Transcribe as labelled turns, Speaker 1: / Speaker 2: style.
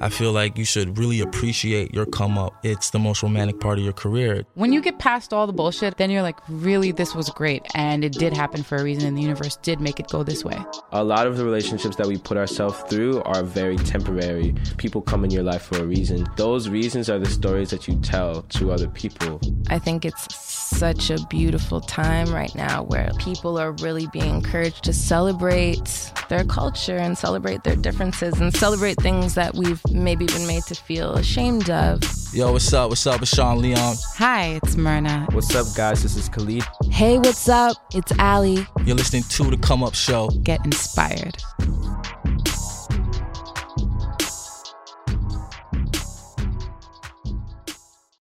Speaker 1: I feel like you should really appreciate your come up. It's the most romantic part of your career.
Speaker 2: When you get past all the bullshit, then you're like, really, this was great. And it did happen for a reason, and the universe did make it go this way.
Speaker 3: A lot of the relationships that we put ourselves through are very temporary. People come in your life for a reason. Those reasons are the stories that you tell to other people.
Speaker 4: I think it's such a beautiful time right now where people are really being encouraged to celebrate their culture and celebrate their differences and celebrate things that we've maybe been made to feel ashamed of.
Speaker 1: Yo, what's up? What's up? It's Sean Leon.
Speaker 2: Hi, it's Myrna.
Speaker 3: What's up, guys? This is Khalid.
Speaker 4: Hey, what's up? It's Allie.
Speaker 1: You're listening to The Come Up Show.
Speaker 2: Get inspired.